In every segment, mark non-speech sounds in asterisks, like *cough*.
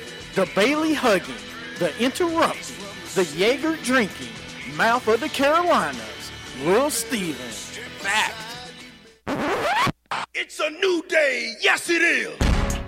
The Bailey hugging, the interrupting, the Jaeger drinking, mouth of the Carolinas, Will Stevens. Fact. It's a new day. Yes, it is.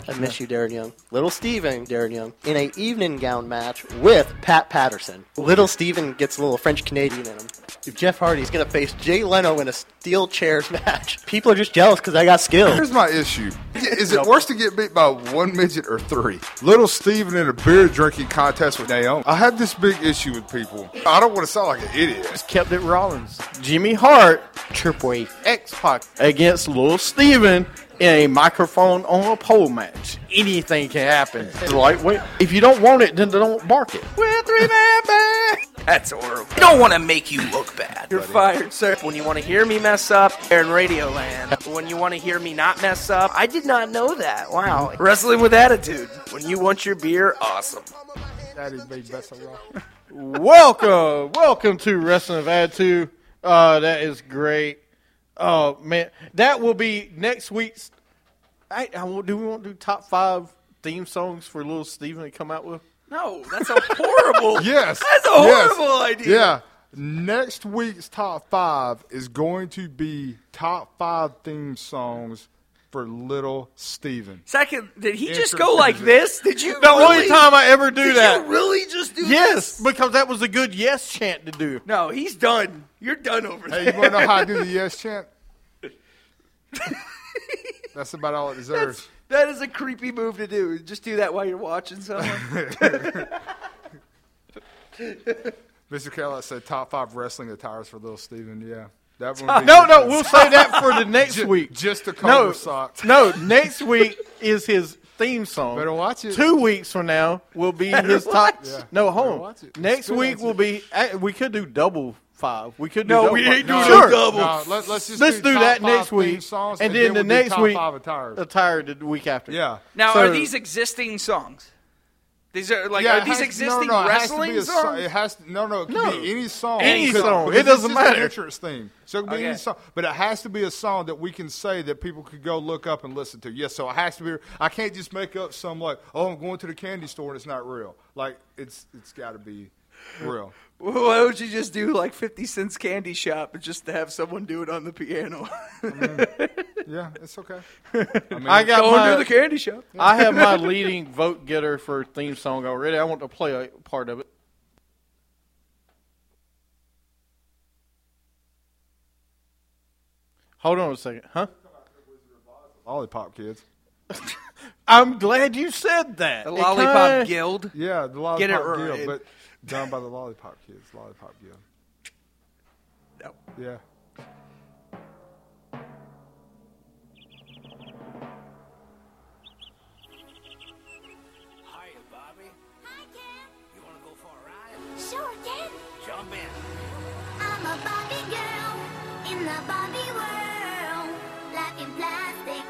I miss you, Darren Young. Little Steven, Darren Young, in a evening gown match with Pat Patterson. Little Steven gets a little French Canadian in him. If Jeff Hardy's going to face Jay Leno in a steel chairs *laughs* match, people are just jealous because I got skills. Here's my issue. Is it worse to get beat by one midget or three? Little Steven in a beer drinking contest with Naomi. I have this big issue with people. I don't want to sound like an idiot. Kept it Rollins. Jimmy Hart Tripway. X Pac. against Lil Steven in a microphone on a pole match. Anything can happen. It's Lightweight. If you don't want it, then don't bark it. We're a three man band. That's horrible. I don't want to make you look bad. You're fired, sir. When you want to hear me mess up, you're in Radio Land. When you want to hear me not mess up, I did not know that. Wow. Wrestling with attitude. When you want your beer, awesome. welcome, welcome to Wrestling of Attitude. Uh, that is great. Oh man, that will be next week's. I, I won't, do we want to do top five theme songs for Little Steven to come out with? No, that's a horrible. *laughs* Yes. That's a Yes. horrible idea. Yeah. Next week's top five is going to be top five theme songs for Little Steven. Second, did he just Answer go is like it. this? Did you? The really, only time I ever do did that. you really just do Yes, this? because that was a good yes chant to do. No, he's done. You're done over there. *laughs* Hey, you want to know how I do the yes chant? That's about all it deserves. That is a creepy move to do. Just do that while you're watching someone. Mr. Kellett said top five wrestling attires for Little Steven. Yeah. That one. would *laughs* be No, good. no, we'll save that for *laughs* the next Ju- week. Just a couple no, of socks. no, next week is his theme song. Better watch it. Two weeks from now will be his top. Yeah. No, Better hold on. watch it. Next Better week watch will it. be. eh, We could do double five. We could do. No, double we five. ain't doing sure. no *laughs* double. No, let, us just Let's do, top that five next theme week, songs, and, then, the we'll do next top week, five attires. attire the week after. Yeah. now, So- are these existing songs? These are like Yeah, are it these has- existing no, no, wrestling it has to be a so- songs? It has to, no, no, it can No. be any song. Any Because- song. because It doesn't it's just matter. An entrance theme. So it can be Okay. any song, but it has to be a song that we can say that people could go look up and listen to. Yes, so it has to be. I can't just make up some like, oh, I'm going to the candy store and it's not real. Like it's it's got to be real. Why don't you just do like Fifty Cent's Candy Shop and just to have someone do it on *laughs* the piano? Yeah, it's okay. I got Go my, into the candy shop. I have my leading vote getter for theme song already. I want to play a part of it. Hold on a second, huh? Lollipop kids. I'm glad you said that. The It Lollipop kinda- Guild. Yeah, the Get it lollipop right. guild, but done by the lollipop kids. Lollipop guild. No. Yeah. Hiya, Bobby. Hi, Ken. You want to go for a ride? Sure, Ken. Jump in. I'm a Barbie girl in the Barbie world. Life in plastic,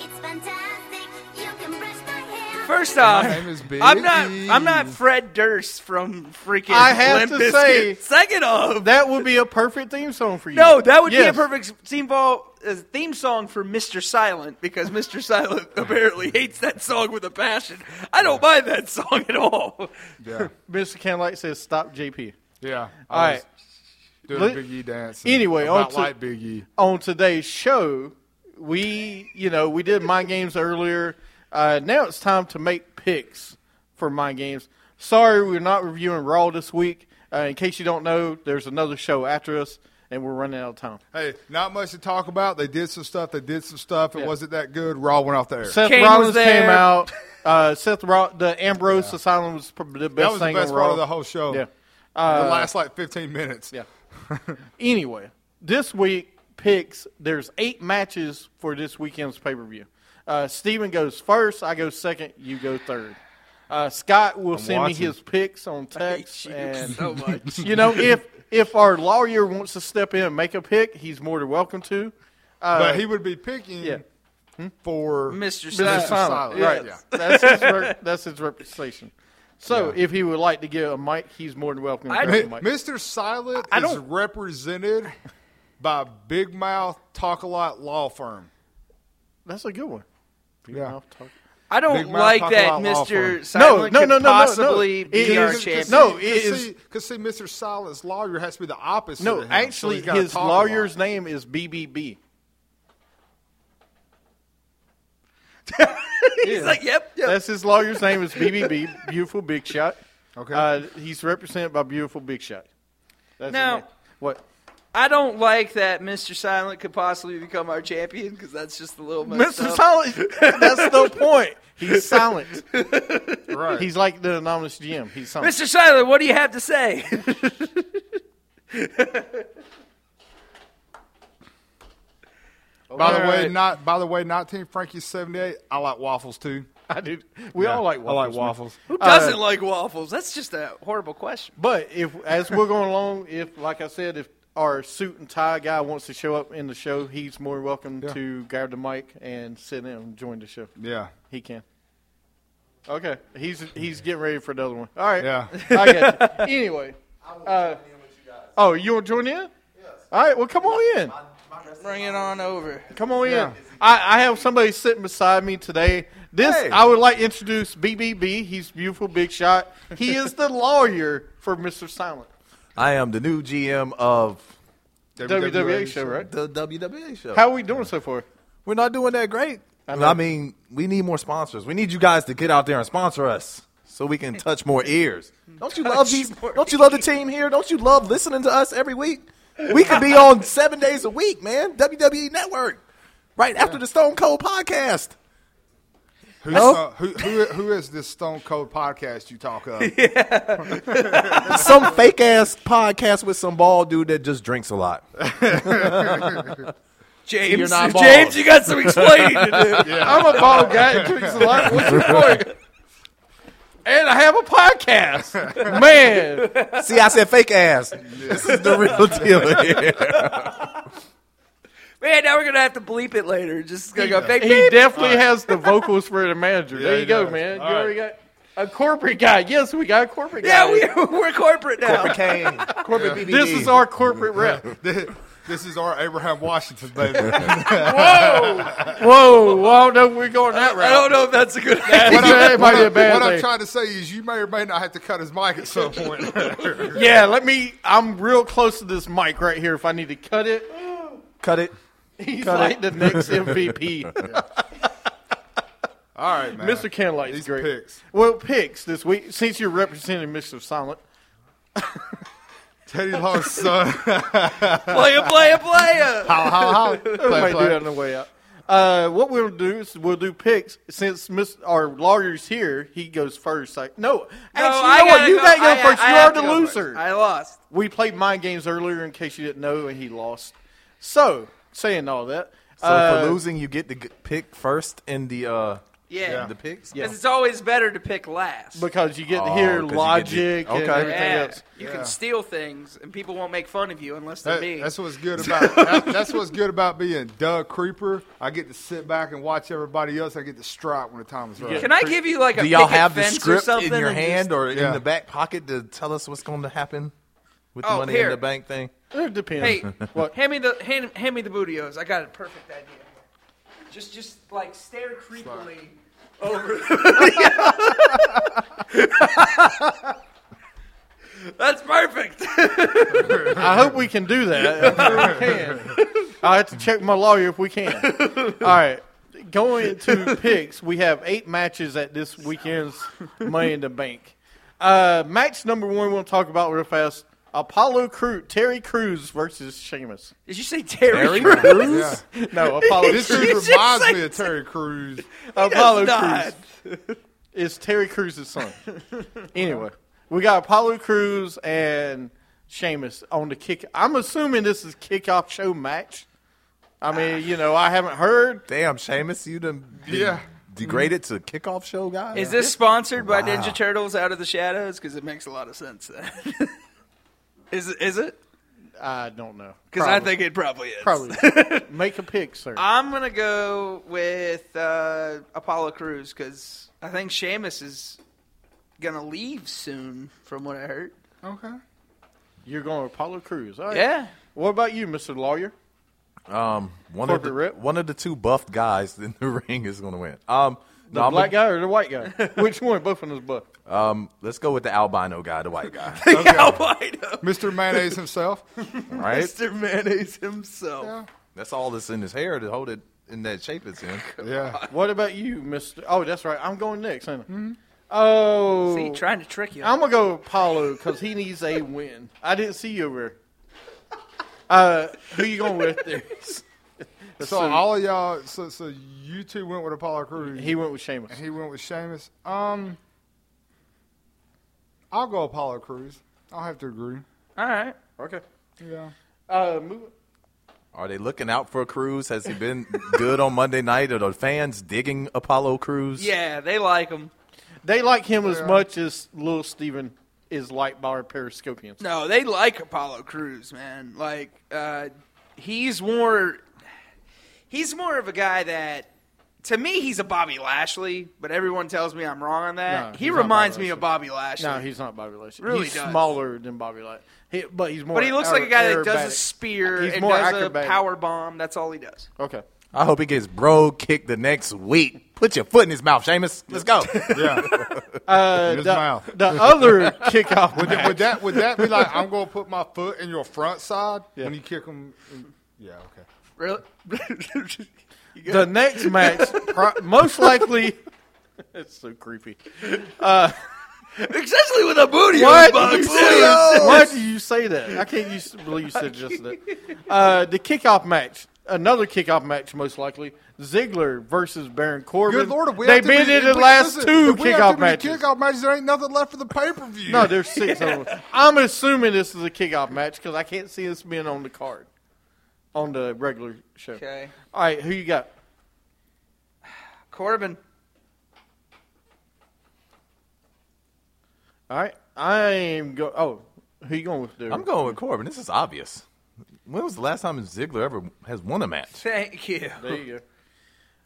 it's fantastic. You can brush my hair. First off, name is Big I'm not I'm not E. Fred Durst from freaking. I have Limp to Bizkit. say- second off, That would be a perfect theme song for you. no, that would be a Yes. perfect theme, ball, uh, theme song for Mr. Silent because *laughs* Mr. Silent apparently hates that song with a passion. I don't mind that song at all. *laughs* Yeah. Mr. Canlight says, "Stop, JP." Yeah. All right. Doing Let- Big E dance. Anyway, on about to- like Big E. on today's show, we you know we did mind games earlier. Uh, now it's time to make picks for mind games. Sorry, we're not reviewing Raw this week. Uh, in case you don't know, there's another show after us, and we're running out of time. Hey, not much to talk about. They did some stuff. They did some stuff. It Yeah. wasn't that good. Raw went off the air. Seth Kane was Rollins came there. out. Uh, Seth Roll the Ambrose Asylum was probably the best that was the thing best on Raw. part of the whole show. Yeah. Uh, the last like 15 minutes. Yeah. *laughs* anyway, this week picks. There's eight matches for this weekend's pay per view. Uh, Steven goes first. I go second. You go third. Uh, Scott will send watching. me his picks on hate text, you and so *laughs* much. you know if if our lawyer wants to step in and make a pick, he's more than welcome to. Uh, but he would be picking yeah. Hmm? for Mr. Mr. Silent. Silent, Yeah. right? Yeah. *laughs* That's his re- that's his representation. So if he would like to give a mic, he's more than welcome. to I- give Mi- a mic. Mr. Silent I is don't- represented by Big Mouth Talk a Lot Law Firm. That's a good one. Yeah. I Big don't mouth like talk a that lot, law Mr. firm. No, Silent no, could no, no, no, possibly no. It be our is- champion. No, it is- because see, Mr. Silent's lawyer has to be the opposite. No, of him, so actually, he's gotta his talk a lot. lawyer's name is BBB. He's like, yep, yep. That's his lawyer's name is *laughs* BBB, Beautiful Big Shot. Okay. Uh, he's represented by Beautiful Big Shot. That's his Now- name. what? I don't like that Mr. Silent could possibly become our champion because that's just a little messed Mr. up. Silent. *laughs* That's the point. *laughs* He's silent. Right. He's like the anonymous GM. He's silent. Mr. Silent, what do you have *laughs* to say? by the way, Alright. not by the way, nineteen Frankie seventy eight. I like waffles too. I do. We all like waffles. I like man. waffles. Who Uh, doesn't like waffles? That's just a horrible question. But if as we're *laughs* going along, if like I said, if our suit and tie guy wants to show up in the show, he's more welcome Yeah. to grab the mic and sit in and join the show. Yeah. He can. Okay, he's he's getting ready for another one. All right. Yeah. *laughs* I got you. Anyway. Uh, oh, you want to join in? All right. Well, come on in. Bring it on over. Come on in. I, I have somebody sitting beside me today. This Hey. I would like to introduce BBB. He's beautiful, big shot. He is the lawyer for Mr. Silent. I am the new GM of WWE show, right? the WWE show. How are we doing so far? We're not doing that great. I, know. mean, we need more sponsors. We need you guys to get out there and sponsor us so we can touch more ears. Don't you love these? Don't you love the team here? Don't you love listening to us every week? We could be on seven days a week, man. WWE Network, right after the Stone Cold podcast. Who's, No? uh, who, who who is this Stone Cold podcast you *laughs* talk of? Some fake ass podcast with some bald dude that just drinks a lot. James, You're not bald. James, you got some explaining *laughs* to do. I'm a bald guy that drinks a lot. What's your point? *laughs* And I have a podcast. Man. See, I said fake ass. *laughs* This is the real deal here. Man, now we're gonna have to bleep it later. Just gonna go fake. He definitely has the vocals for the manager. there you he go, does. man. All you right. already got a corporate guy. Yes, we got a corporate Yeah, guy. we, *laughs* we're corporate now. Kane, corporate BBD. This is our corporate rep. this is our Abraham Washington *laughs* baby. Whoa. *laughs* Whoa. Well, I don't know if we're going that route. I don't know if that's a good *laughs* idea. What I- might be a bad what I'm thing. trying to say is, you may or may not have to cut his mic at some *laughs* point. *laughs* Yeah, let me. I'm real close to this mic right here. If I need to cut it, *laughs* Cut it. he's Cut like the next *laughs* MVP. All right, man. Mr. Candlelight's These great. picks. Well, picks this week since you're representing Mr. Silent. Teddy Long's son. Playa, playa, playa. How, how, how? Play, Might do that play. on the way out. Uh, what we'll do is we'll do picks since Miss, our lawyer's here. He goes first. Like no, actually, I you know what? gotta You go- gotta go I- first. I you have are to the go first. loser. I lost. we played mind games earlier in case you didn't know, and he lost. So saying all that, So uh, for losing, you get to g- pick first in the uh, Yeah. in the picks. Because it's always better to pick last. because you get to Oh, hear 'cause you get to- logic and Okay. everything yeah. else. You Yeah. can steal things, and people won't make fun of you unless they're That- me. that's what's good about that- that's what's good about being Doug Creeper. I get to sit back and watch everybody else. I get to strike when the time is right. Can I give you like a Do y'all picket have the fence or script something in your and just- hand or Yeah. in the back pocket to tell us what's going to happen with the Oh, money here. in the bank thing? It depends. *laughs* Hey, What? hand me the hand, hand me the bootios. I got a perfect idea. Just just like stare creepily *laughs* over. That's perfect. I hope we can do that. I'm sure we can. *laughs* I have to check my lawyer if we can. All right. Going to picks, we have eight matches at this weekend's Money in the Bank. Uh, match number one we'll talk about real fast. Apollo Crew Terry Crews versus Sheamus. Did you say Terry? Yeah. No, *laughs* Apollo This Crews. dude just reminds said- me of Terry Crews. Apollo not. Crews is Terry Crews' *laughs* son. anyway, we got Apollo Crews and Sheamus on the kick. I'm assuming this is kickoff show match. I mean, you know, I haven't heard. Damn, Seamus, you done been Yeah. degraded to kickoff show guy? Is this sponsored by Ninja Turtles Out of the Shadows? Because it makes a lot of sense. Then. *laughs* is is it? I don't know. Because I Probably. think it probably is. *laughs* probably make a pick, sir. I'm gonna go with uh, Apollo Cruz because I think Sheamus is gonna leave soon, from what I heard. Okay. You're going with Apollo Cruz. All right. Yeah. What about you, Mr. Lawyer? one of Corporate the rep? one of the two buffed guys in the *laughs* ring is going to win? Um, The no, I'm black gonna- guy or the white *laughs* guy? Which one? Both of us buff. Let's go with the albino guy, the white guy. *laughs* Albino, Mr. Mayonnaise himself. right? Mr. Mayonnaise himself. That's all that's in his hair to hold it in that shape it's in. yeah. What about you, Mr. Oh, that's right. I'm going next, ain't I? Oh. Mm-hmm. See, trying to trick you. I'm going to go with Paulo because he needs a win. I didn't see you over there. Uh, who you going with there? So all of y'all. So so you two went with Apollo Crews. He went with Sheamus. He went with Sheamus. Um, I'll go Apollo Crews. I'll have to agree. All right. Okay. Yeah. Uh, move. Are they looking out for Cruz? Has he been good on Monday night? Are the fans digging Apollo Cruz? Yeah, they like him. They like him as much as Little Steven is liked by our Periscopians. No, they like Apollo Cruz, man. Like, uh, he's more, he's more of a guy that, to me, he's a Bobby Lashley. But everyone tells me I'm wrong on No, that. he he's not reminds Bobby me of Bobby Lashley. No, he's not Bobby Lashley. Really he's does. smaller than Bobby Lashley, he, but he's more. but he looks like a guy that does a aerobatic. spear He's and more does acrobatic. a power bomb. That's all he does. Okay. I hope he gets bro kicked the next week. Put your foot in his mouth, Seamus. Let's *laughs* go. Yeah. Uh, his the, mouth. the other kickoff. Would that, would that would that be like I'm gonna put my foot in your front side Yeah. when you kick him? in- yeah. Okay. Really? *laughs* the next match, pro- most *laughs* likely. It's so creepy. Especially with a booty. What? on You Apollo said- Crews. Why do you say that? I can't use, believe you said just that. Uh, the kickoff match. Another kickoff match, most likely. Ziggler versus Baron Corbin. Good lord, if we They've have to been be- in if the we- last listen, two if we have too kickoff many matches. Kickoff matches. There ain't nothing left for the pay per view. No, there's six of them. I'm assuming this is a kickoff match because I can't see this being on the card, on the regular show. Okay. All right, who you got? Corbin. All right, I'm go. Oh, who you going with, dude? I'm going with Corbin. This is obvious. When was the last time Ziggler ever has won a match? Thank you. There you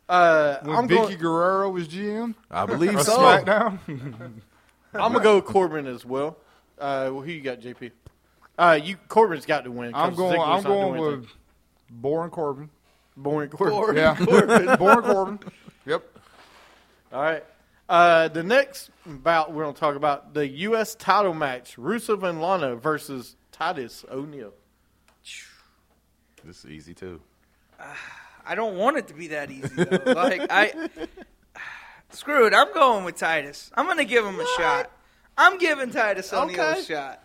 go. Uh, When I'm Vicky going. Guerrero was GM, I believe so. SmackDown. I'm gonna go with Corbin as well. Uh, well, who you got, JP? Uh, you Corbin's got to win. 'cause I'm going. Ziggler's I'm not going doing with anything. Boren Corbin. boring Corbin. *laughs* Yeah, *laughs* Boren Corbin. Yep. All right. Uh, the next bout we're gonna talk about the U.S. title match: Rusev and Lana versus Titus O'Neil. This is easy too. I don't want it to be that easy. *laughs* Though. like I, screw it. I'm going with Titus. I'm gonna give him a shot. I'm giving Titus O'Neil Okay. a shot.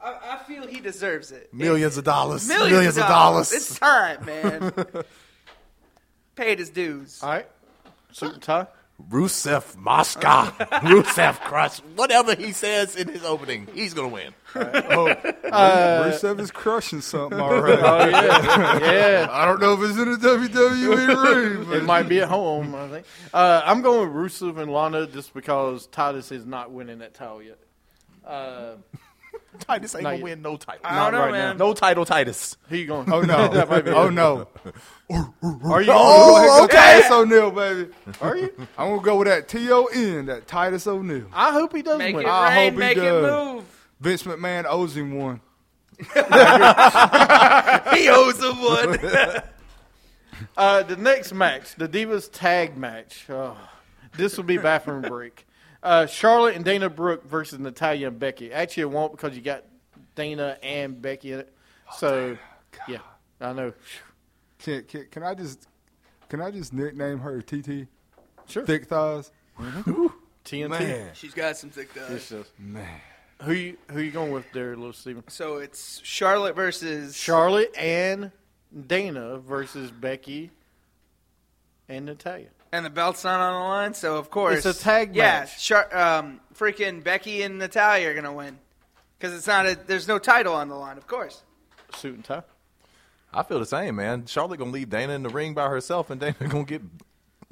I, I feel he deserves it. Millions of dollars. Millions, of dollars. It's *laughs* time, man. Paid his dues. All right. Suit and *laughs* tie. Rusev *laughs* Moscow. Rusev Crush. Whatever he says in his opening, he's gonna win. Rusev is *laughs* crushing something already. Oh yeah, yeah. I don't know if it's in the E WWE ring. It might be at home. I think. Uh, I'm going with Rusev and Lana just because Titus is not winning that title yet. Uh, Titus ain't Not gonna yet. win no title. I don't know, right man. No title, Titus. who you going? Oh no! *laughs* that might be. Oh no! Are you? Oh, okay. Titus O'Neil, baby. Are you? I'm gonna go with that T O N, that Titus O'Neil. I hope he does Make win. it I hope rain. he Make it does. move. Vince McMahon owes him one. *laughs* He owes him one. Uh, the next match, the Divas tag match. Oh, this will be bathroom break. Uh, Charlotte and Dana Brooke versus Natalia and Becky. Actually, it won't because you got Dana and Becky in it. So, yeah, I know. Can, can, can I just can I just nickname her TT? Sure. Thick thighs. TNT. *laughs* She's got some thick thighs. It's just- Who you who you going with there, little Steven? So it's Charlotte versus Charlotte and Dana versus Becky and Natalia. And the belt's not on the line, so of course It's a tag yeah, match. Char- um, freaking Becky and Natalia are gonna win because it's not a. There's no title on the line, of course. Suit and tie. I feel the same, man. Charlotte gonna leave Dana in the ring by herself, and Dana gonna get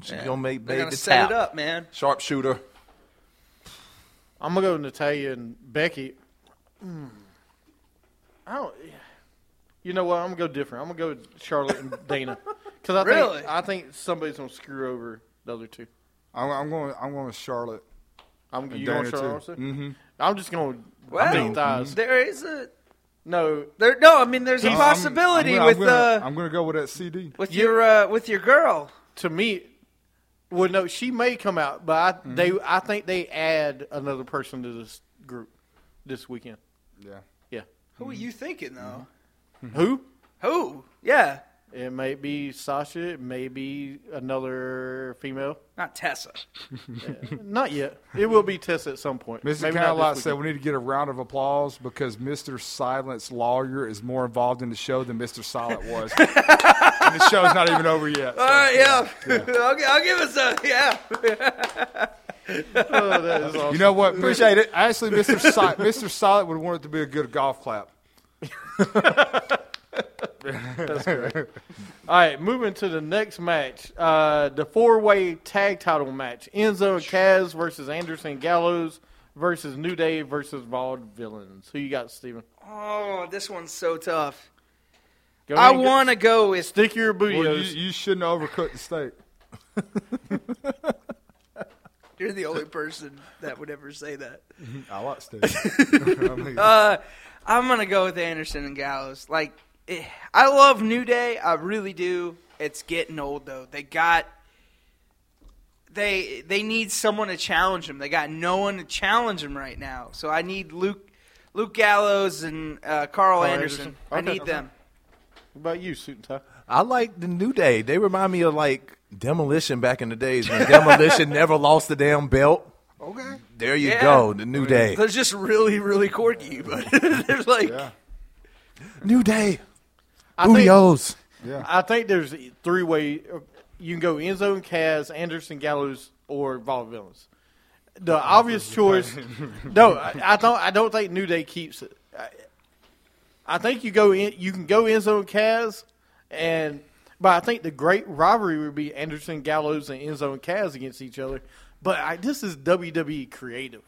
She gonna make They're made gonna the set tap. it up, man. Sharpshooter. I'm gonna go with Natalia and Becky. Hmm. I don't. You know what? I'm gonna go different. I'm gonna go with Charlotte and Dana because I Really? think I think somebody's gonna screw over the other two. I'm, I'm going. I'm going to Charlotte. I'm And you going Dana, Charlotte too. Mm-hmm. also? I'm just gonna Well, big thighs. there is a No, there. No, I mean, there's a I'm- possibility I'm, I'm, with gonna, uh, I'm going to go with that CD. with your uh, with your girl. to me, well, no, she may come out, but I, Mm-hmm. they I think they add another person to this group this weekend. Yeah. Yeah, Who are you thinking though? Mm-hmm. who? Who? Yeah, It may be Sasha. It may be another female. not Tessa. *laughs* Not yet. It will be tested at some point. Mr. Maybe not Catalot this said weekend. we need to get a round of applause because Mr. Silent's lawyer is more involved in the show than Mr. *laughs* Silent was. and the show's not even over yet. so. All right, yeah, *laughs* I'll, gi- I'll give us a yeah. Oh, that is awesome. You know what? Appreciate it. Actually, Mr. Si- *laughs* Mr. Silent would want it to be a good golf clap. All right, moving to the next match. Uh, the four way tag title match Enzo and Kaz versus Anderson and Gallows versus New Day versus Vaude Villains. Who you got, Steven? Oh, this one's so tough. Go I ahead and get- want to go with Stick your booty. Well, hose. you, you shouldn't overcook the steak. you're the only person that would ever say that. I like steak. *laughs* I mean, Uh, I'm gonna go with Anderson and Gallows. Like, eh, I love New Day, I really do. It's getting old though. They got they they need someone to challenge them. They got no one to challenge them right now. So I need Luke Luke Gallows and uh, Carl Anderson. Anderson. I Okay, need okay. them. What about you, Suit and Tie? I like the New Day. They remind me of like Demolition back in the days when *laughs* Demolition never lost the damn belt. okay. There you Yeah. go, the New Day. They're just really really quirky, *laughs* but there's like Yeah. New Day. I think- Bootios. I think there's three way. You can go Enzo and Kaz, Anderson Gallows, or Vaude Villains. The obvious choice. *laughs* no, I, I don't. I don't think New Day keeps it. I, I think you go in. You can go Enzo and Kaz, and but I think the great rivalry would be Anderson Gallows and Enzo and Kaz against each other. But I, this is WWE creative.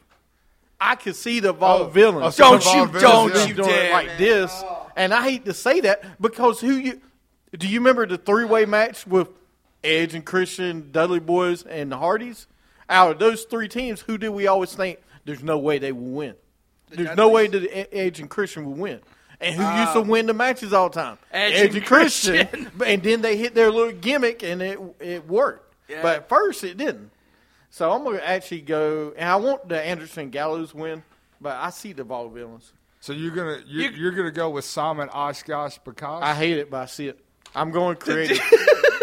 I could see the Vaude Villains oh, so Don't the Von you- Vince, don't yeah. you- doing dare, it like man. this. And I hate to say that because who you do you remember the three way match with Edge and Christian, Dudley Boys, and the Hardys? Out of those three teams, who do we always think there's no way they will win? There's no way that E- Edge and Christian will win. And who used to win the matches all the time? Um, Edge and Christian. *laughs* But- And then they hit their little gimmick and it it worked. Yeah. But at first it didn't. So I'm gonna actually go and I want the Anderson Gallows win, but I see the Vol villains. So you're gonna you're, You- you, are going to go with Simon Oshkosh Bakosh. I hate it, but I see it. I'm going creative.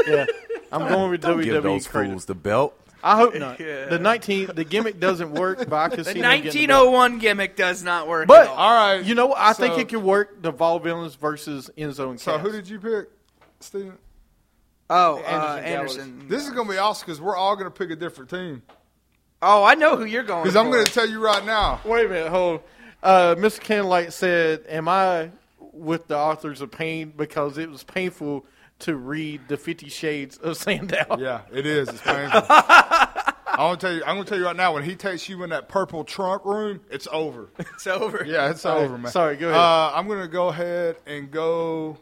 yeah, I'm going with E Don't give WWE those creative. fools the belt. I hope not. Yeah. The 19, the gimmick doesn't work, but I can see the oh- them getting the belt. 1901 gimmick does not work. But at all. All right. you know what? I think So- it could work. The Vol villains versus Enzo and so Cass. who did you pick, Steven? oh, Anderson uh, Gallows. Anderson. This is gonna be awesome because we're all gonna pick a different team. Oh, I know who *laughs* you're going. Because I'm for. gonna tell you right now. Wait a minute, hold. on. Uh, Mr. Candlelight said, "Am I with the authors of pain because it was painful to read the Fifty Shades of Sandow?" Yeah, it is. It's *laughs* painful. I'm gonna tell you. I'm gonna tell you right now. When he takes you in that purple trunk room, it's over. It's over. Yeah, it's right. over, man. Sorry, go ahead. Uh, I'm gonna go ahead and go.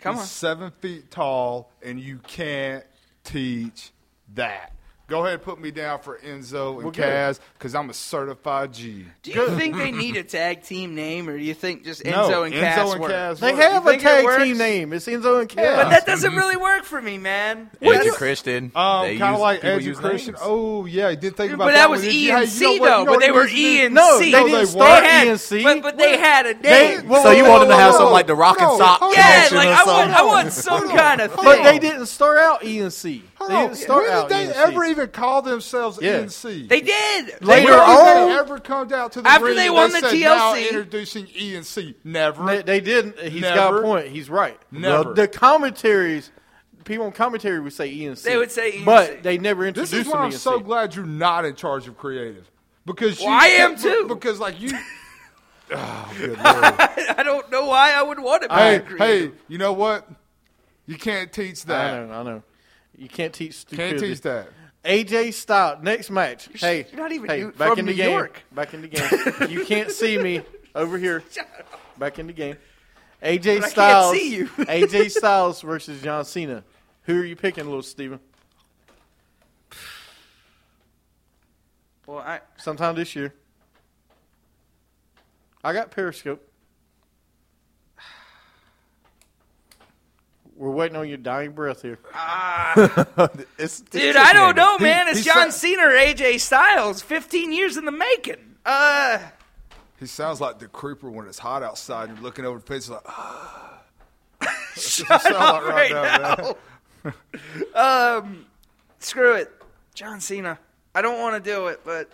Come He's on. Seven feet tall, and you can't teach that. Go ahead, and put me down for Enzo and Well, good. Kaz because I'm a certified G. Do you think they need a tag team name, or do you think just Enzo No, and Enzo Cass and work? Cass They work. have You a think it tag works? team name. It's Enzo and Cass. Yeah. But that doesn't really work for me, man. Edge That's- and Christian. Um, They kind of use- like people Edge and use Christian. names. Oh yeah, I did think about But that that one. was Did you- E hey, you and know C what- you though. know But what they it were is, E dude? and No, C. they didn't They start had, E and C. But, but they had a They- name. whoa, so you whoa, want them to whoa, have whoa, something whoa. like the Rock and No, Sock hold on. yeah, connection like or I *laughs* want, I want something. some kind of thing. But they didn't start out E and C. They Oh, didn't start when out did E they and C. ever even call themselves Yeah. ENC? They Later did. They were- When did on- they ever come down to the After ring they and won the said, Now TLC. introducing ENC. Never. They, they didn't. He's got a Never. point. He's right. Never. The, the commentaries, people on commentary would say E and C. They would say E and C. But they never introduced This is them E why I'm E&C. so glad you're not in charge of creative. Because you, Well, I am, too. *laughs* Because like you, oh, good lord. *laughs* I don't know why I would want it. hey, hey, you know what? You can't I teach that. know. I know. You can't teach stupidity. Can't teach that. AJ Styles next match. hey, you're not even- hey, you- back from in the New game. York. Back in the *laughs* game. you can't see me over here. Back in the game. AJ can't Styles. see you. AJ Styles versus John Cena. Who are you picking, little Steven? Well, I, Sometime this year. I got Periscope. We're waiting on your dying breath here. It's, dude, I don't know, man. It's he John sa- Cena or AJ Styles. 15 years in the making. Uh, He sounds like the creeper when it's hot outside. You're looking over the fence like, ah. *laughs* Shut up right Um, now, man. *laughs* *laughs* screw it, John Cena. I don't want to do it, but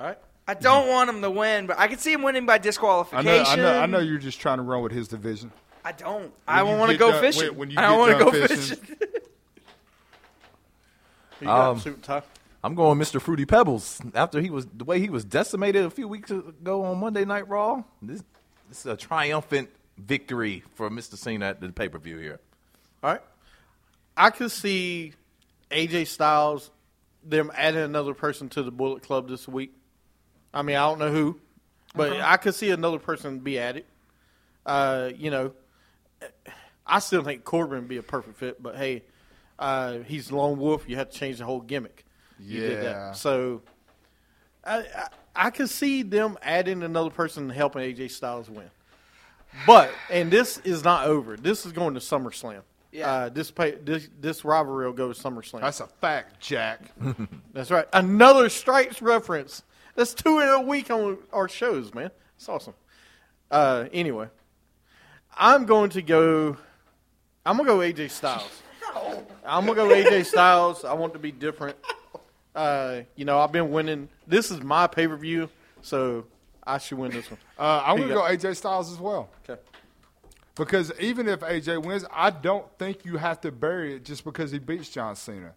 All right. I don't want him to win. But I can see him winning by Mm-hmm. I disqualification. know, I know, I know. You're just trying to run with his division. I don't. I you want to get go done- fishing. when- when you I don't get want to done go fishing. fishing. You got Um, Super Ty? I'm going Mr. Fruity Pebbles after he was the way he was decimated a few weeks ago on Monday Night Raw. This, this is a triumphant victory for Mr. Cena at the pay per view here. All right. I could see AJ Styles them adding another person to the Bullet Club this week. I mean, I don't know who, but I could see another person be added. Uh, you know, I still think Corbin would be a perfect fit, but hey, uh, he's Lone Wolf. You have to change the whole gimmick. You did Yeah. that. So I, I, I could see them adding another person and helping AJ Styles win. But and this is not over. This is going to SummerSlam. Yeah. Uh, this pay, this this rivalry will go to SummerSlam. That's a fact, Jack. Uh, That's right. Another stripes reference. That's two in a week on our shows, man. It's awesome. Uh, anyway, I'm going to go. I'm gonna go AJ Styles. I'm gonna go AJ Styles. I want to be different. Uh, you know, I've been winning. This is my pay per view, so I should win this one. Uh, I'm Who *laughs* going you to go AJ Styles as well. Okay. Because even if AJ wins, I don't think you have to bury it just because he beats John Cena.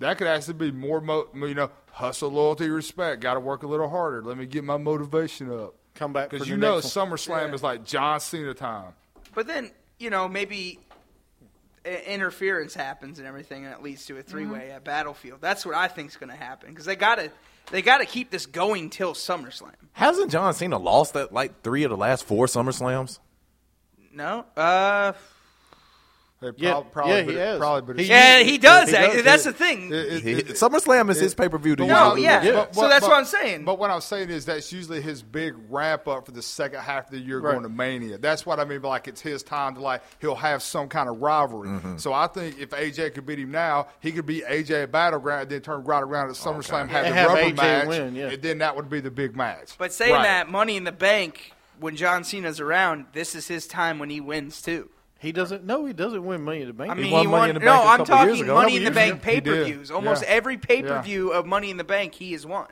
That could actually be more, mo- you know, hustle, loyalty, respect. Got to work a little harder. Let me get my motivation up. Come back for Because the you know next one. SummerSlam is like John Cena time. But then you know maybe i- interference happens and everything, and it leads to a Mm-hmm. three-way at Battlefield. That's what I think's going to happen because they got to they got to keep this going till SummerSlam. Hasn't John Cena lost at like three of the last four SummerSlams? No, uh, They Yeah, prob- probably yeah, would- he has. probably would- He- yeah, he does. He act- does. That's the thing. It- it- He- SummerSlam is his pay per view. to No, win. yeah. Yeah. So that's what I'm saying. But what I'm saying is that's usually his big ramp up for the second half of the year Right. going to Mania. That's what I mean. by Like it's his time to like he'll have some kind of rivalry. So I think if AJ could beat him now, he could beat AJ at Battleground, then turn right around at SummerSlam, have And the have rubber AJ match, win, yeah. and then that would be the big match. But saying Right. that Money in the Bank, when John Cena's around, this is his time when he wins too. He doesn't. No, he doesn't win Money in the Bank. I mean, he won won. Money in the no, Bank a I'm couple years talking ago. Money Couple in the years Bank ago. He pay did. per views. Almost Yeah. every pay per view of Money in the Bank, he has won.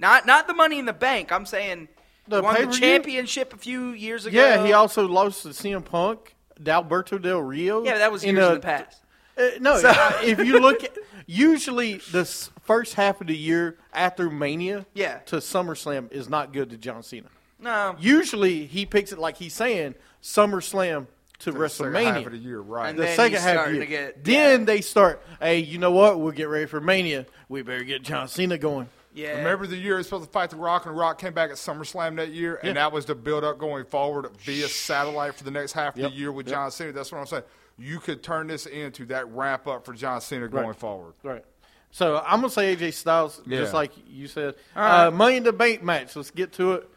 Not not the Money in the Bank. I'm saying The he won the pay-per-view? championship a few years ago. Yeah, he also lost to CM Punk, Dalberto Del Rio. Yeah, but that was years in, a- the past. Uh, no, I- if you look at usually the s- first half of the year after Mania, Yeah. to SummerSlam is not good to John Cena. No, Usually he picks it like he's saying SummerSlam to The second half of the WrestleMania. year, right? And The Then second he's half of starting the year. to get- then they start. Hey, you know what? We'll get ready for Mania. We better get John Cena going. yeah. Remember the year he was supposed to fight The Rock, and The Rock came back at SummerSlam that year, and that was the build up going forward via satellite for the next half of Yep. the year with Yep. John Cena. That's what I'm saying. You could turn this into that ramp up for John Cena going forward. Right. So I'm gonna say AJ Styles, Yeah. just like you said. Uh, Money in the Bank match. Let's get to it.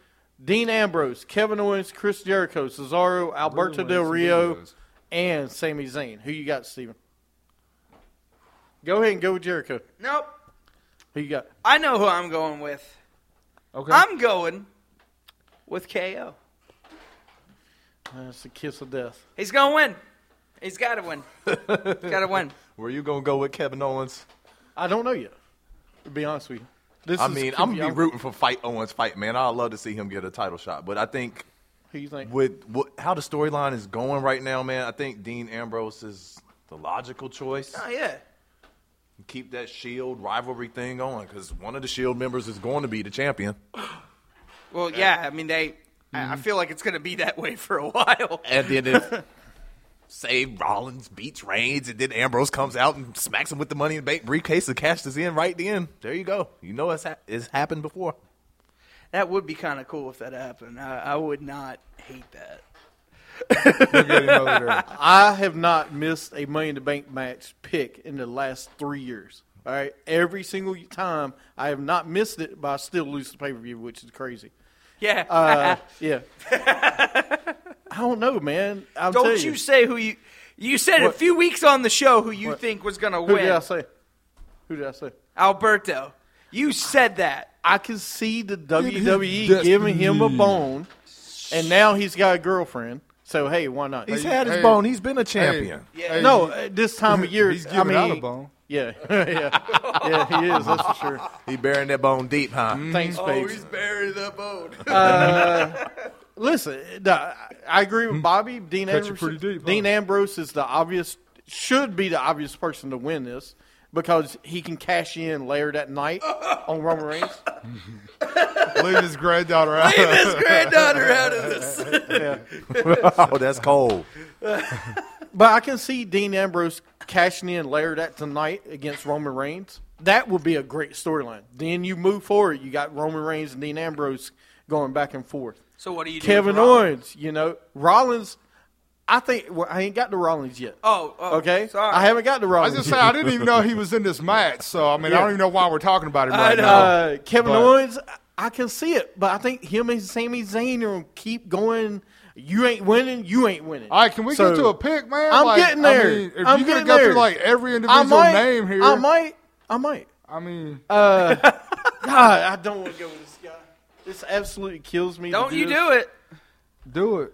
Dean Ambrose, Kevin Owens, Chris Jericho, Cesaro, Alberto Really Del wins and Rio, loses. and Sami Zayn. Who you got, Steven? Go ahead and go with Jericho. Nope. Who you got? I know who I'm going with. Okay. I'm going with KO. That's the kiss of death. He's gonna win. He's got to win. got to win. Where you gonna go with Kevin Owens? I don't know yet. To be honest with you, this I is mean, I'm gonna be confusing. rooting for Fight Owens fight, man. I'd love to see him get a title shot, but I think Who you think? with what, how the storyline is going right now, man, I think Dean Ambrose is the logical choice. *laughs* Oh yeah. Keep that Shield rivalry thing going because one of the Shield members is going to be the champion, Well, Mm-hmm. *laughs* yeah. I mean, they. I I feel like it's gonna be that way for a *laughs* while. and then if say Rollins beats Reigns, and then Ambrose comes out and smacks him with the money in the bank briefcase and cashes in right then. There you go. You know it's, ha- it's happened before. That would be kind of cool if that happened. I, I would not hate that. I have not missed a Money in the Bank match pick in the last three years. All right, every single time I have not missed it, but I still lose the pay per view, which is crazy. Yeah. Uh, yeah, *laughs* I don't know, man. I'll tell Don't you. you say who you. You said a What? few weeks on the show who you What? think was going to who win. did I say? Who did I say? Alberto. You said *laughs* that. I can see *laughs* the WWE giving him a bone, and now he's got a girlfriend. So hey, why not? He's had his hey, bone. He's been a Hey, champion. Yeah. hey, *laughs* no, at this time of year, He's I mean, giving out a bone. *laughs* Yeah, yeah, yeah. He is. That's for sure. Oh, He burying that bone deep, huh? Thanks, Paige. Oh, buried the boat. *laughs* Listen, the, I agree with Bobby. Dean Cut Hmm. you Ambrose. pretty deep, huh? Dean Ambrose is the obvious, should be the obvious person to win this because he can cash in later that night on Roman Reigns. Leave his granddaughter out. His granddaughter out of this. *laughs* oh, that's cold. But I can see Dean Ambrose cashing in later that tonight against Roman Reigns. That would be a great storyline. Then you move forward. You got Roman Reigns and Dean Ambrose going back and forth. So what do you do? Kevin with Rollins? Owens, you know Rollins. I think well, I ain't got to Rollins yet. Oh, oh, okay. sorry. I haven't got to I Rollins. was just yet. saying, I didn't even know he was in this match, so I mean, I Yeah. don't even know why we're talking about him I right know. now. uh, Kevin But- Owens, I can see it, but I think him and Sami Zayn are gonna keep going. You ain't winning. You ain't winning. All right, can we So- get to a pick, man? I'm Like, getting there. I mean, if I'm you're getting gonna go there. through like every I individual might. name here, I might. I might. I mean, God, I don't want to go with this guy. This absolutely kills me. to Don't you this. do it. do it,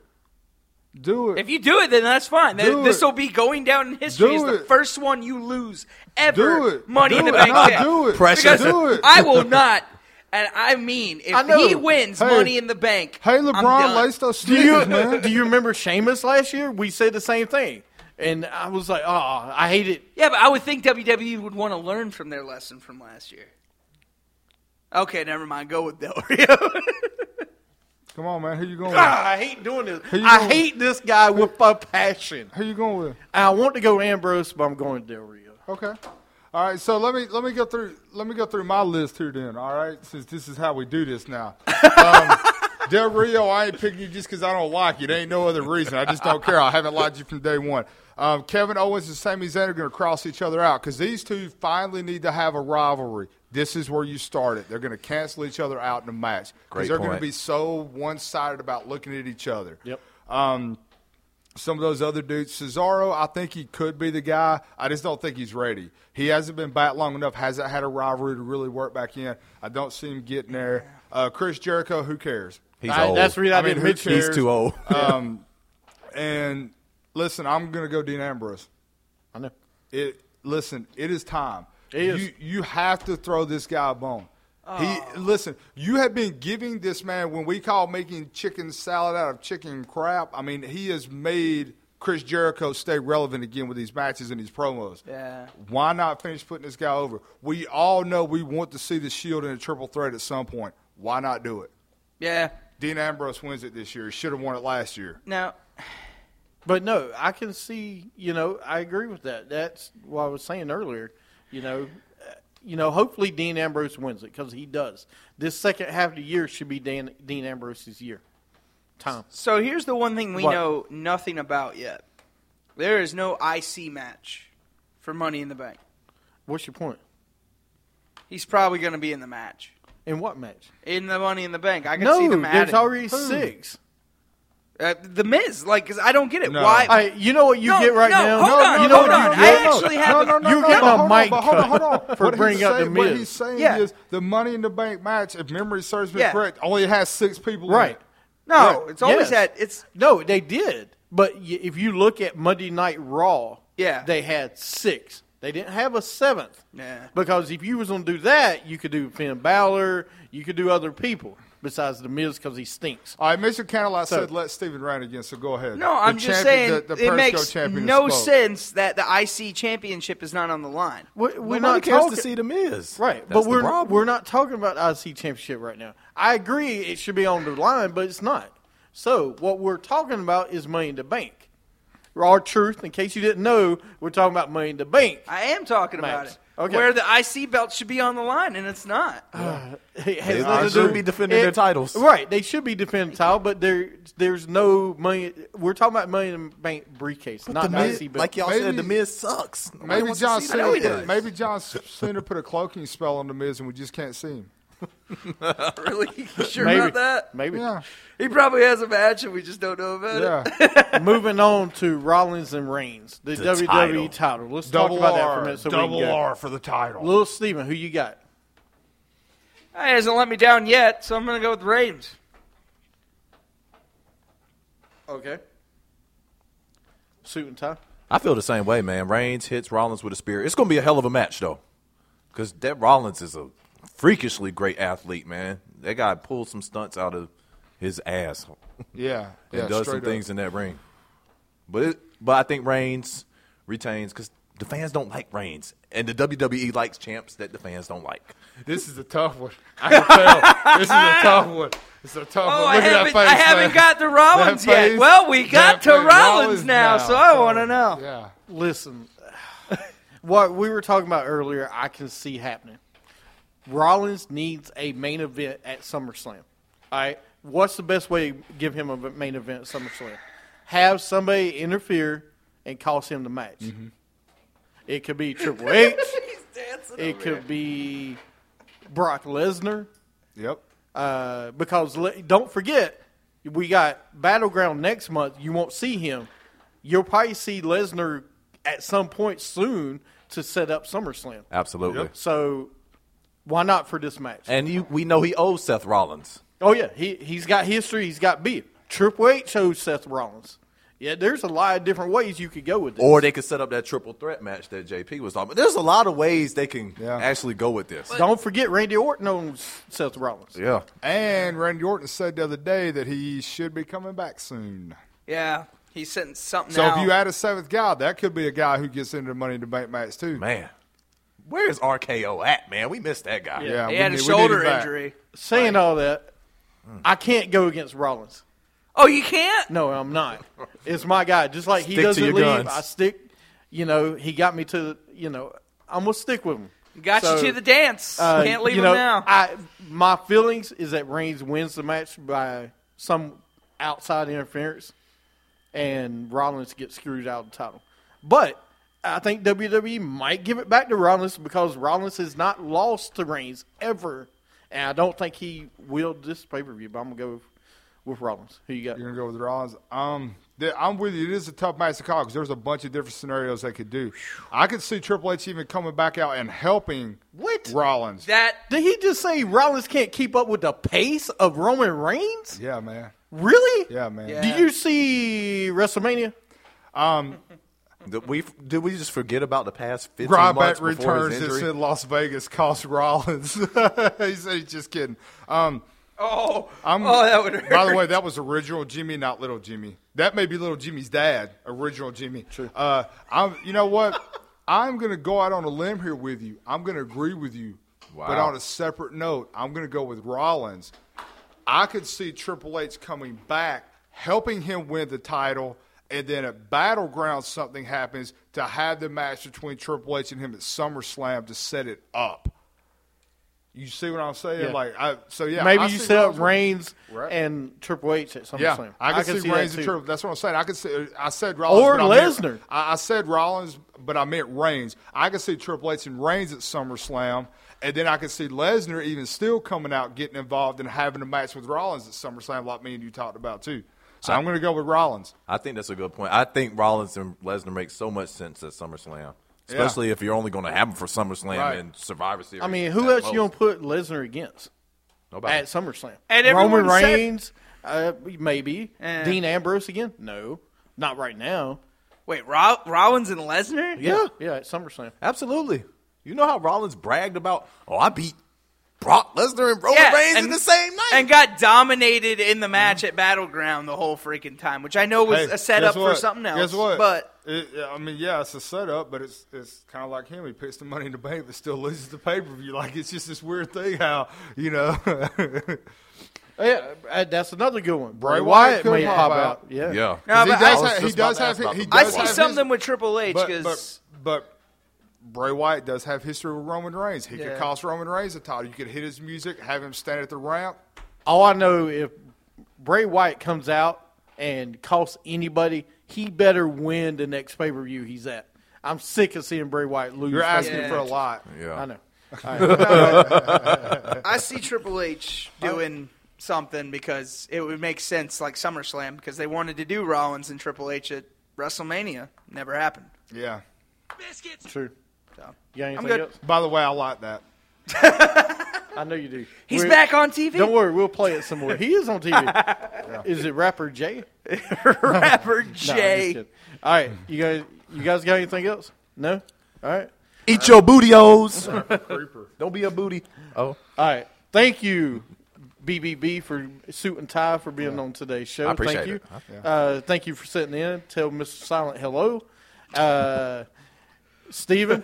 do it. If you do it, then that's fine. Do This it. will be going down in history Do as the it. first one you lose ever. do it. Money do in the it. bank. Nah, pick. do it. Pressure. Because Do it. I will not. And I mean, if I know. he wins Hey. Money in the Bank, Hey, I'm done. LeBron, lace those Do you, sneakers, *laughs* man. do you remember Sheamus last year? We said the same thing, and I was like, "Oh, I hate it." Yeah, but I would think WWE would want to learn from their lesson from last year. Okay, never mind. Go with Del Rio. *laughs* Come on, man. Who you going? with? Ah, I hate doing this. you I going- hate this guy with a passion. Who you going with? I want to go Ambrose, but I'm going Del Rio. Okay. All right, so let me let me go through let me go through my list here then. All right, since this is how we do this now. *laughs* Um, Del Rio, I ain't picking you just because I don't like you. There ain't no other reason. I just don't care. I haven't liked you from day one. Um, Kevin Owens and Sami Zayn are going to cross each other out because these two finally need to have a rivalry. This is where you start it. They're going to cancel each other out in a match Great because they're going point. to be so one sided about looking at each other Yep. some of those other dudes. Cesaro, I think he could be the guy. I just don't think he's ready. He hasn't been back long enough. Hasn't had a rivalry to really work back in. I don't see him getting there. Uh, Chris Jericho, who cares? He's I- old. that's the reason I, I mean, didn't who mention. He's cares? too old. Uh, And listen, I'm gonna go Dean Ambrose. I know. It listen, it is time. It is. Oh. You you have to throw this guy a bone. He listen. You have been giving this man when we call making chicken salad out of chicken crap. I mean, he has made Chris Jericho stay relevant again with these matches and these promos. Yeah. Why not finish putting this guy over? We all know we want to see the Shield in a triple threat at some point. Why not do it? yeah. Dean Ambrose wins it this year. Should have won it last year. No. But no, I can see. You know, I agree with that. That's what I was saying earlier. You know, uh, you know. Hopefully, Dean Ambrose wins it because he does. This second half of the year should be Dan, Dean Ambrose's year. Tom, So here's the one thing we What? know nothing about yet. There is no IC match for Money in the Bank. what's your point? He's probably going to be in the match. In what match? In the Money in the Bank, I can no, see them there's adding already six. uh, the Miz. Like, 'cause I don't get it. No. Why? All right, you know what you No, get right no, now. hold on, you know Oh, hold what on. you I get. actually have no, no, no, You no, get no, a hold mic on, but hold on, hold on. for What he's bringing up the saying- What Miz. he's saying Yeah. is the Money in the Bank match, if memory serves me Yeah. correct, only has six people. In Right. it. no, it's Yes. always that. It's No, they did. But y- if you look at Monday Night Raw, Yeah. they had six. They didn't have a seventh. Nah. Because if you was going to do that, you could do Finn Balor, you could do other people besides The Miz because he stinks. All right, Mr. Candlelight So- said let Steven Ryan again, so go ahead. No, The I'm just champion- saying the- the it Perisco makes champion no spoke. sense that the IC championship is not on the line. We're, we're Nobody not cares talking, to see the Miz. right, That's but we're the problem. we're not talking about IC championship right now. I agree it should be on the line, but it's not. So what we're talking about is Money in the Bank. Raw Truth, in case you didn't know, we're talking about Money in the Bank. I am talking about Max. it. Okay. Where the IC belt should be on the line, and *sighs* it's not. *laughs* It has They nothing to should do- be defending their titles. Right, they should be defending the title, but there, there's no money. We're talking about Money in the Bank briefcase, not The Miz- IC belt. like y'all said, Maybe- the Miz sucks. Nobody Maybe wants to John see that. Cena. Maybe John Cena put a cloaking spell on the Miz, and we just can't see him. really? You sure maybe, about that? maybe. Yeah, *laughs* He probably has a match, and we just don't know about it. yeah. Moving on to Rollins and Reigns, the, WWE title. Let's Double talk about that for R. a minute. So we double can go. R for the title. Little Steven, who you got? He hasn't let me down yet, so I'm going to go with Reigns. Okay. Suit and tie. I feel the same way, man. Reigns hits Rollins with a spear. It's going to be a hell of a match, though, because that Rollins is a freakishly great athlete, man. That guy pulled some stunts out of his ass Yeah, yeah. and does some straight up. things in that ring. But it, but I think Reigns retains because the fans don't like Reigns, and the WWE likes champs that the fans don't like. This is a tough one. I can tell. this is a tough one. It's a tough one. Oh, Look I at that haven't, face, I haven't man. got to Rollins That face, yet. Well, we got that to face. Rollins, now, so I want to know. Yeah. Listen, what we were talking about earlier, I can see happening. Rollins needs a main event at SummerSlam. All right, what's the best way to give him a main event at SummerSlam? Have somebody interfere and cost him the match. It could be Triple H. it could be Brock Lesnar. Yep. Uh, because le- don't forget, we got Battleground next month. You won't see him. You'll probably see Lesnar at some point soon to set up SummerSlam. Absolutely. So why not for this match? And you, we know he owes Seth Rollins. Oh yeah, he he's got history. He's got beef. Triple H chose Seth Rollins. Yeah, there's a lot of different ways you could go with this. Or they could set up that triple threat match that JP was talking about. There's a lot of ways they can Yeah. actually go with this. don't forget Randy Orton owns Seth Rollins. Yeah. And Randy Orton said the other day that he should be coming back soon. Yeah, he's sitting something So out. if you add a seventh guy, that could be a guy who gets into the Money in the Bank match too. Man, where is RKO at, man? We missed that guy. Yeah, he we had a need- we need him shoulder back. injury. Saying all that, I can't go against Rollins. Oh, you can't? No, I'm not. It's my guy. Just like he Stick to doesn't your leave, guns. I stick. You know, he got me to. You know, I'm gonna stick with him. Got So, you to the dance. uh, can't leave you him know, now. I my feelings is that Reigns wins the match by some outside interference, and Rollins gets screwed out of the title. But I think WWE might give it back to Rollins because Rollins has not lost to Reigns ever, and I don't think he will this pay per view. But I'm gonna go with, with Rollins. Who you got? You're gonna go with Rollins. Um, th- I'm with you. It is a tough match to call because there's a bunch of different scenarios they could do. I could see Triple H even coming back out and helping What? Rollins. that Did he just say Rollins can't keep up with the pace of Roman Reigns? yeah, man. Really? Yeah, man. Yeah. Do you see WrestleMania? Did we did we just forget about the past 15 months Ryback before his returns and injury? said Las Vegas cost Rollins. *laughs* he said he's just kidding. Um, oh I'm, oh that would hurt. By the way, that was original Jimmy, not little Jimmy. That may be little Jimmy's dad, original Jimmy. True. Uh, I'm, you know what? I'm going to go out on a limb here with you. I'm going to agree with you. But Wow. on a separate note, I'm going to go with Rollins. I could see Triple H coming back, helping him win the title, and then at Battleground something happens to have the match between Triple H and him at SummerSlam to set it up. You see what I'm saying? Yeah. Like, I, so yeah. Maybe I you see set up Rollins winning. Reigns Right. and Triple H at SummerSlam. Yeah, I can, see, Reigns that and too. Triple. That's what I'm saying. I can see. uh, I said Rollins Or but I meant- Lesnar. I, I said Rollins, but I meant Reigns. I can see Triple H and Reigns at SummerSlam, and then I can see Lesnar even still coming out, getting involved, and having a match with Rollins at SummerSlam, like me and you talked about too. So I, am going to go with Rollins. I think that's a good point. I think Rollins and Lesnar make so much sense at SummerSlam, especially if you're only going to have them for SummerSlam Right. and Survivor Series. I mean, who at else you gonna most. put Lesnar against Nobody. at SummerSlam? And Roman everyone said- Reigns, uh, maybe Eh. Dean Ambrose again? No, not right now. Wait, Roll- Rollins and Lesnar? Yeah. yeah, at SummerSlam. Absolutely. You know how Rollins bragged about, oh, I beat Brock Lesnar and Roman Yeah, Reigns in and- the same night. And got dominated in the match at Battleground the whole freaking time, which I know was Hey, a setup guess what? for something else. Guess what? But It- yeah, I mean, yeah, it's a setup, but it's it's kind of like him. He puts the money in the bank, but still loses the pay per view. Like it's just this weird thing how you know. *laughs* Oh, yeah, uh, that's another good one. Bray, Bray Wyatt, Wyatt may could pop pop out. Yeah. Yeah. No, he but does I, was have, he just does about to have, ask about he the does I Bray have see Wyatt. his- something with Triple H but, but, because but Bray Wyatt does have history with Roman Reigns. He Yeah. could cost Roman Reigns a title. You could hit his music, have him stand at the ramp. All I know if Bray Wyatt comes out and costs anybody, he better win the next pay per view he's at. I'm sick of seeing Bray Wyatt lose. You're first asking round. for a lot. Yeah. I know. I see Triple H doing something because it would make sense, like SummerSlam, because they wanted to do Rollins and Triple H at WrestleMania. Never happened. Yeah. True. So. You got anything good. else? By the way, I like that. I know you do. He's We're- back on TV. Don't worry, we'll play it some more. He is on TV. Is it rapper Jay? *laughs* Rapper No, I'm just Jay. kidding. All right, you guys, you guys got anything else? No. All right. Eat your bootios. Don't be a booty. Oh, All right. Thank you, BBB, for suit and tie for being on today's show. I appreciate thank you. it. Huh? Uh, thank you for sitting in. Tell Mr. Silent hello. Uh, *laughs* Steven,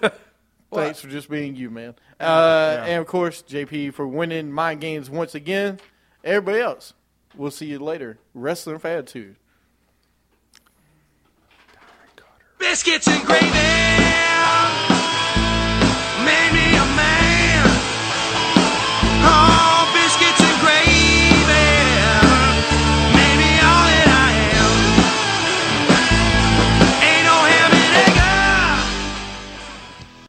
thanks for just being you, man. Uh, And of course, JP for winning my games once again. Everybody else, we'll see you later. Wrestling for attitude. Biscuits and gravy!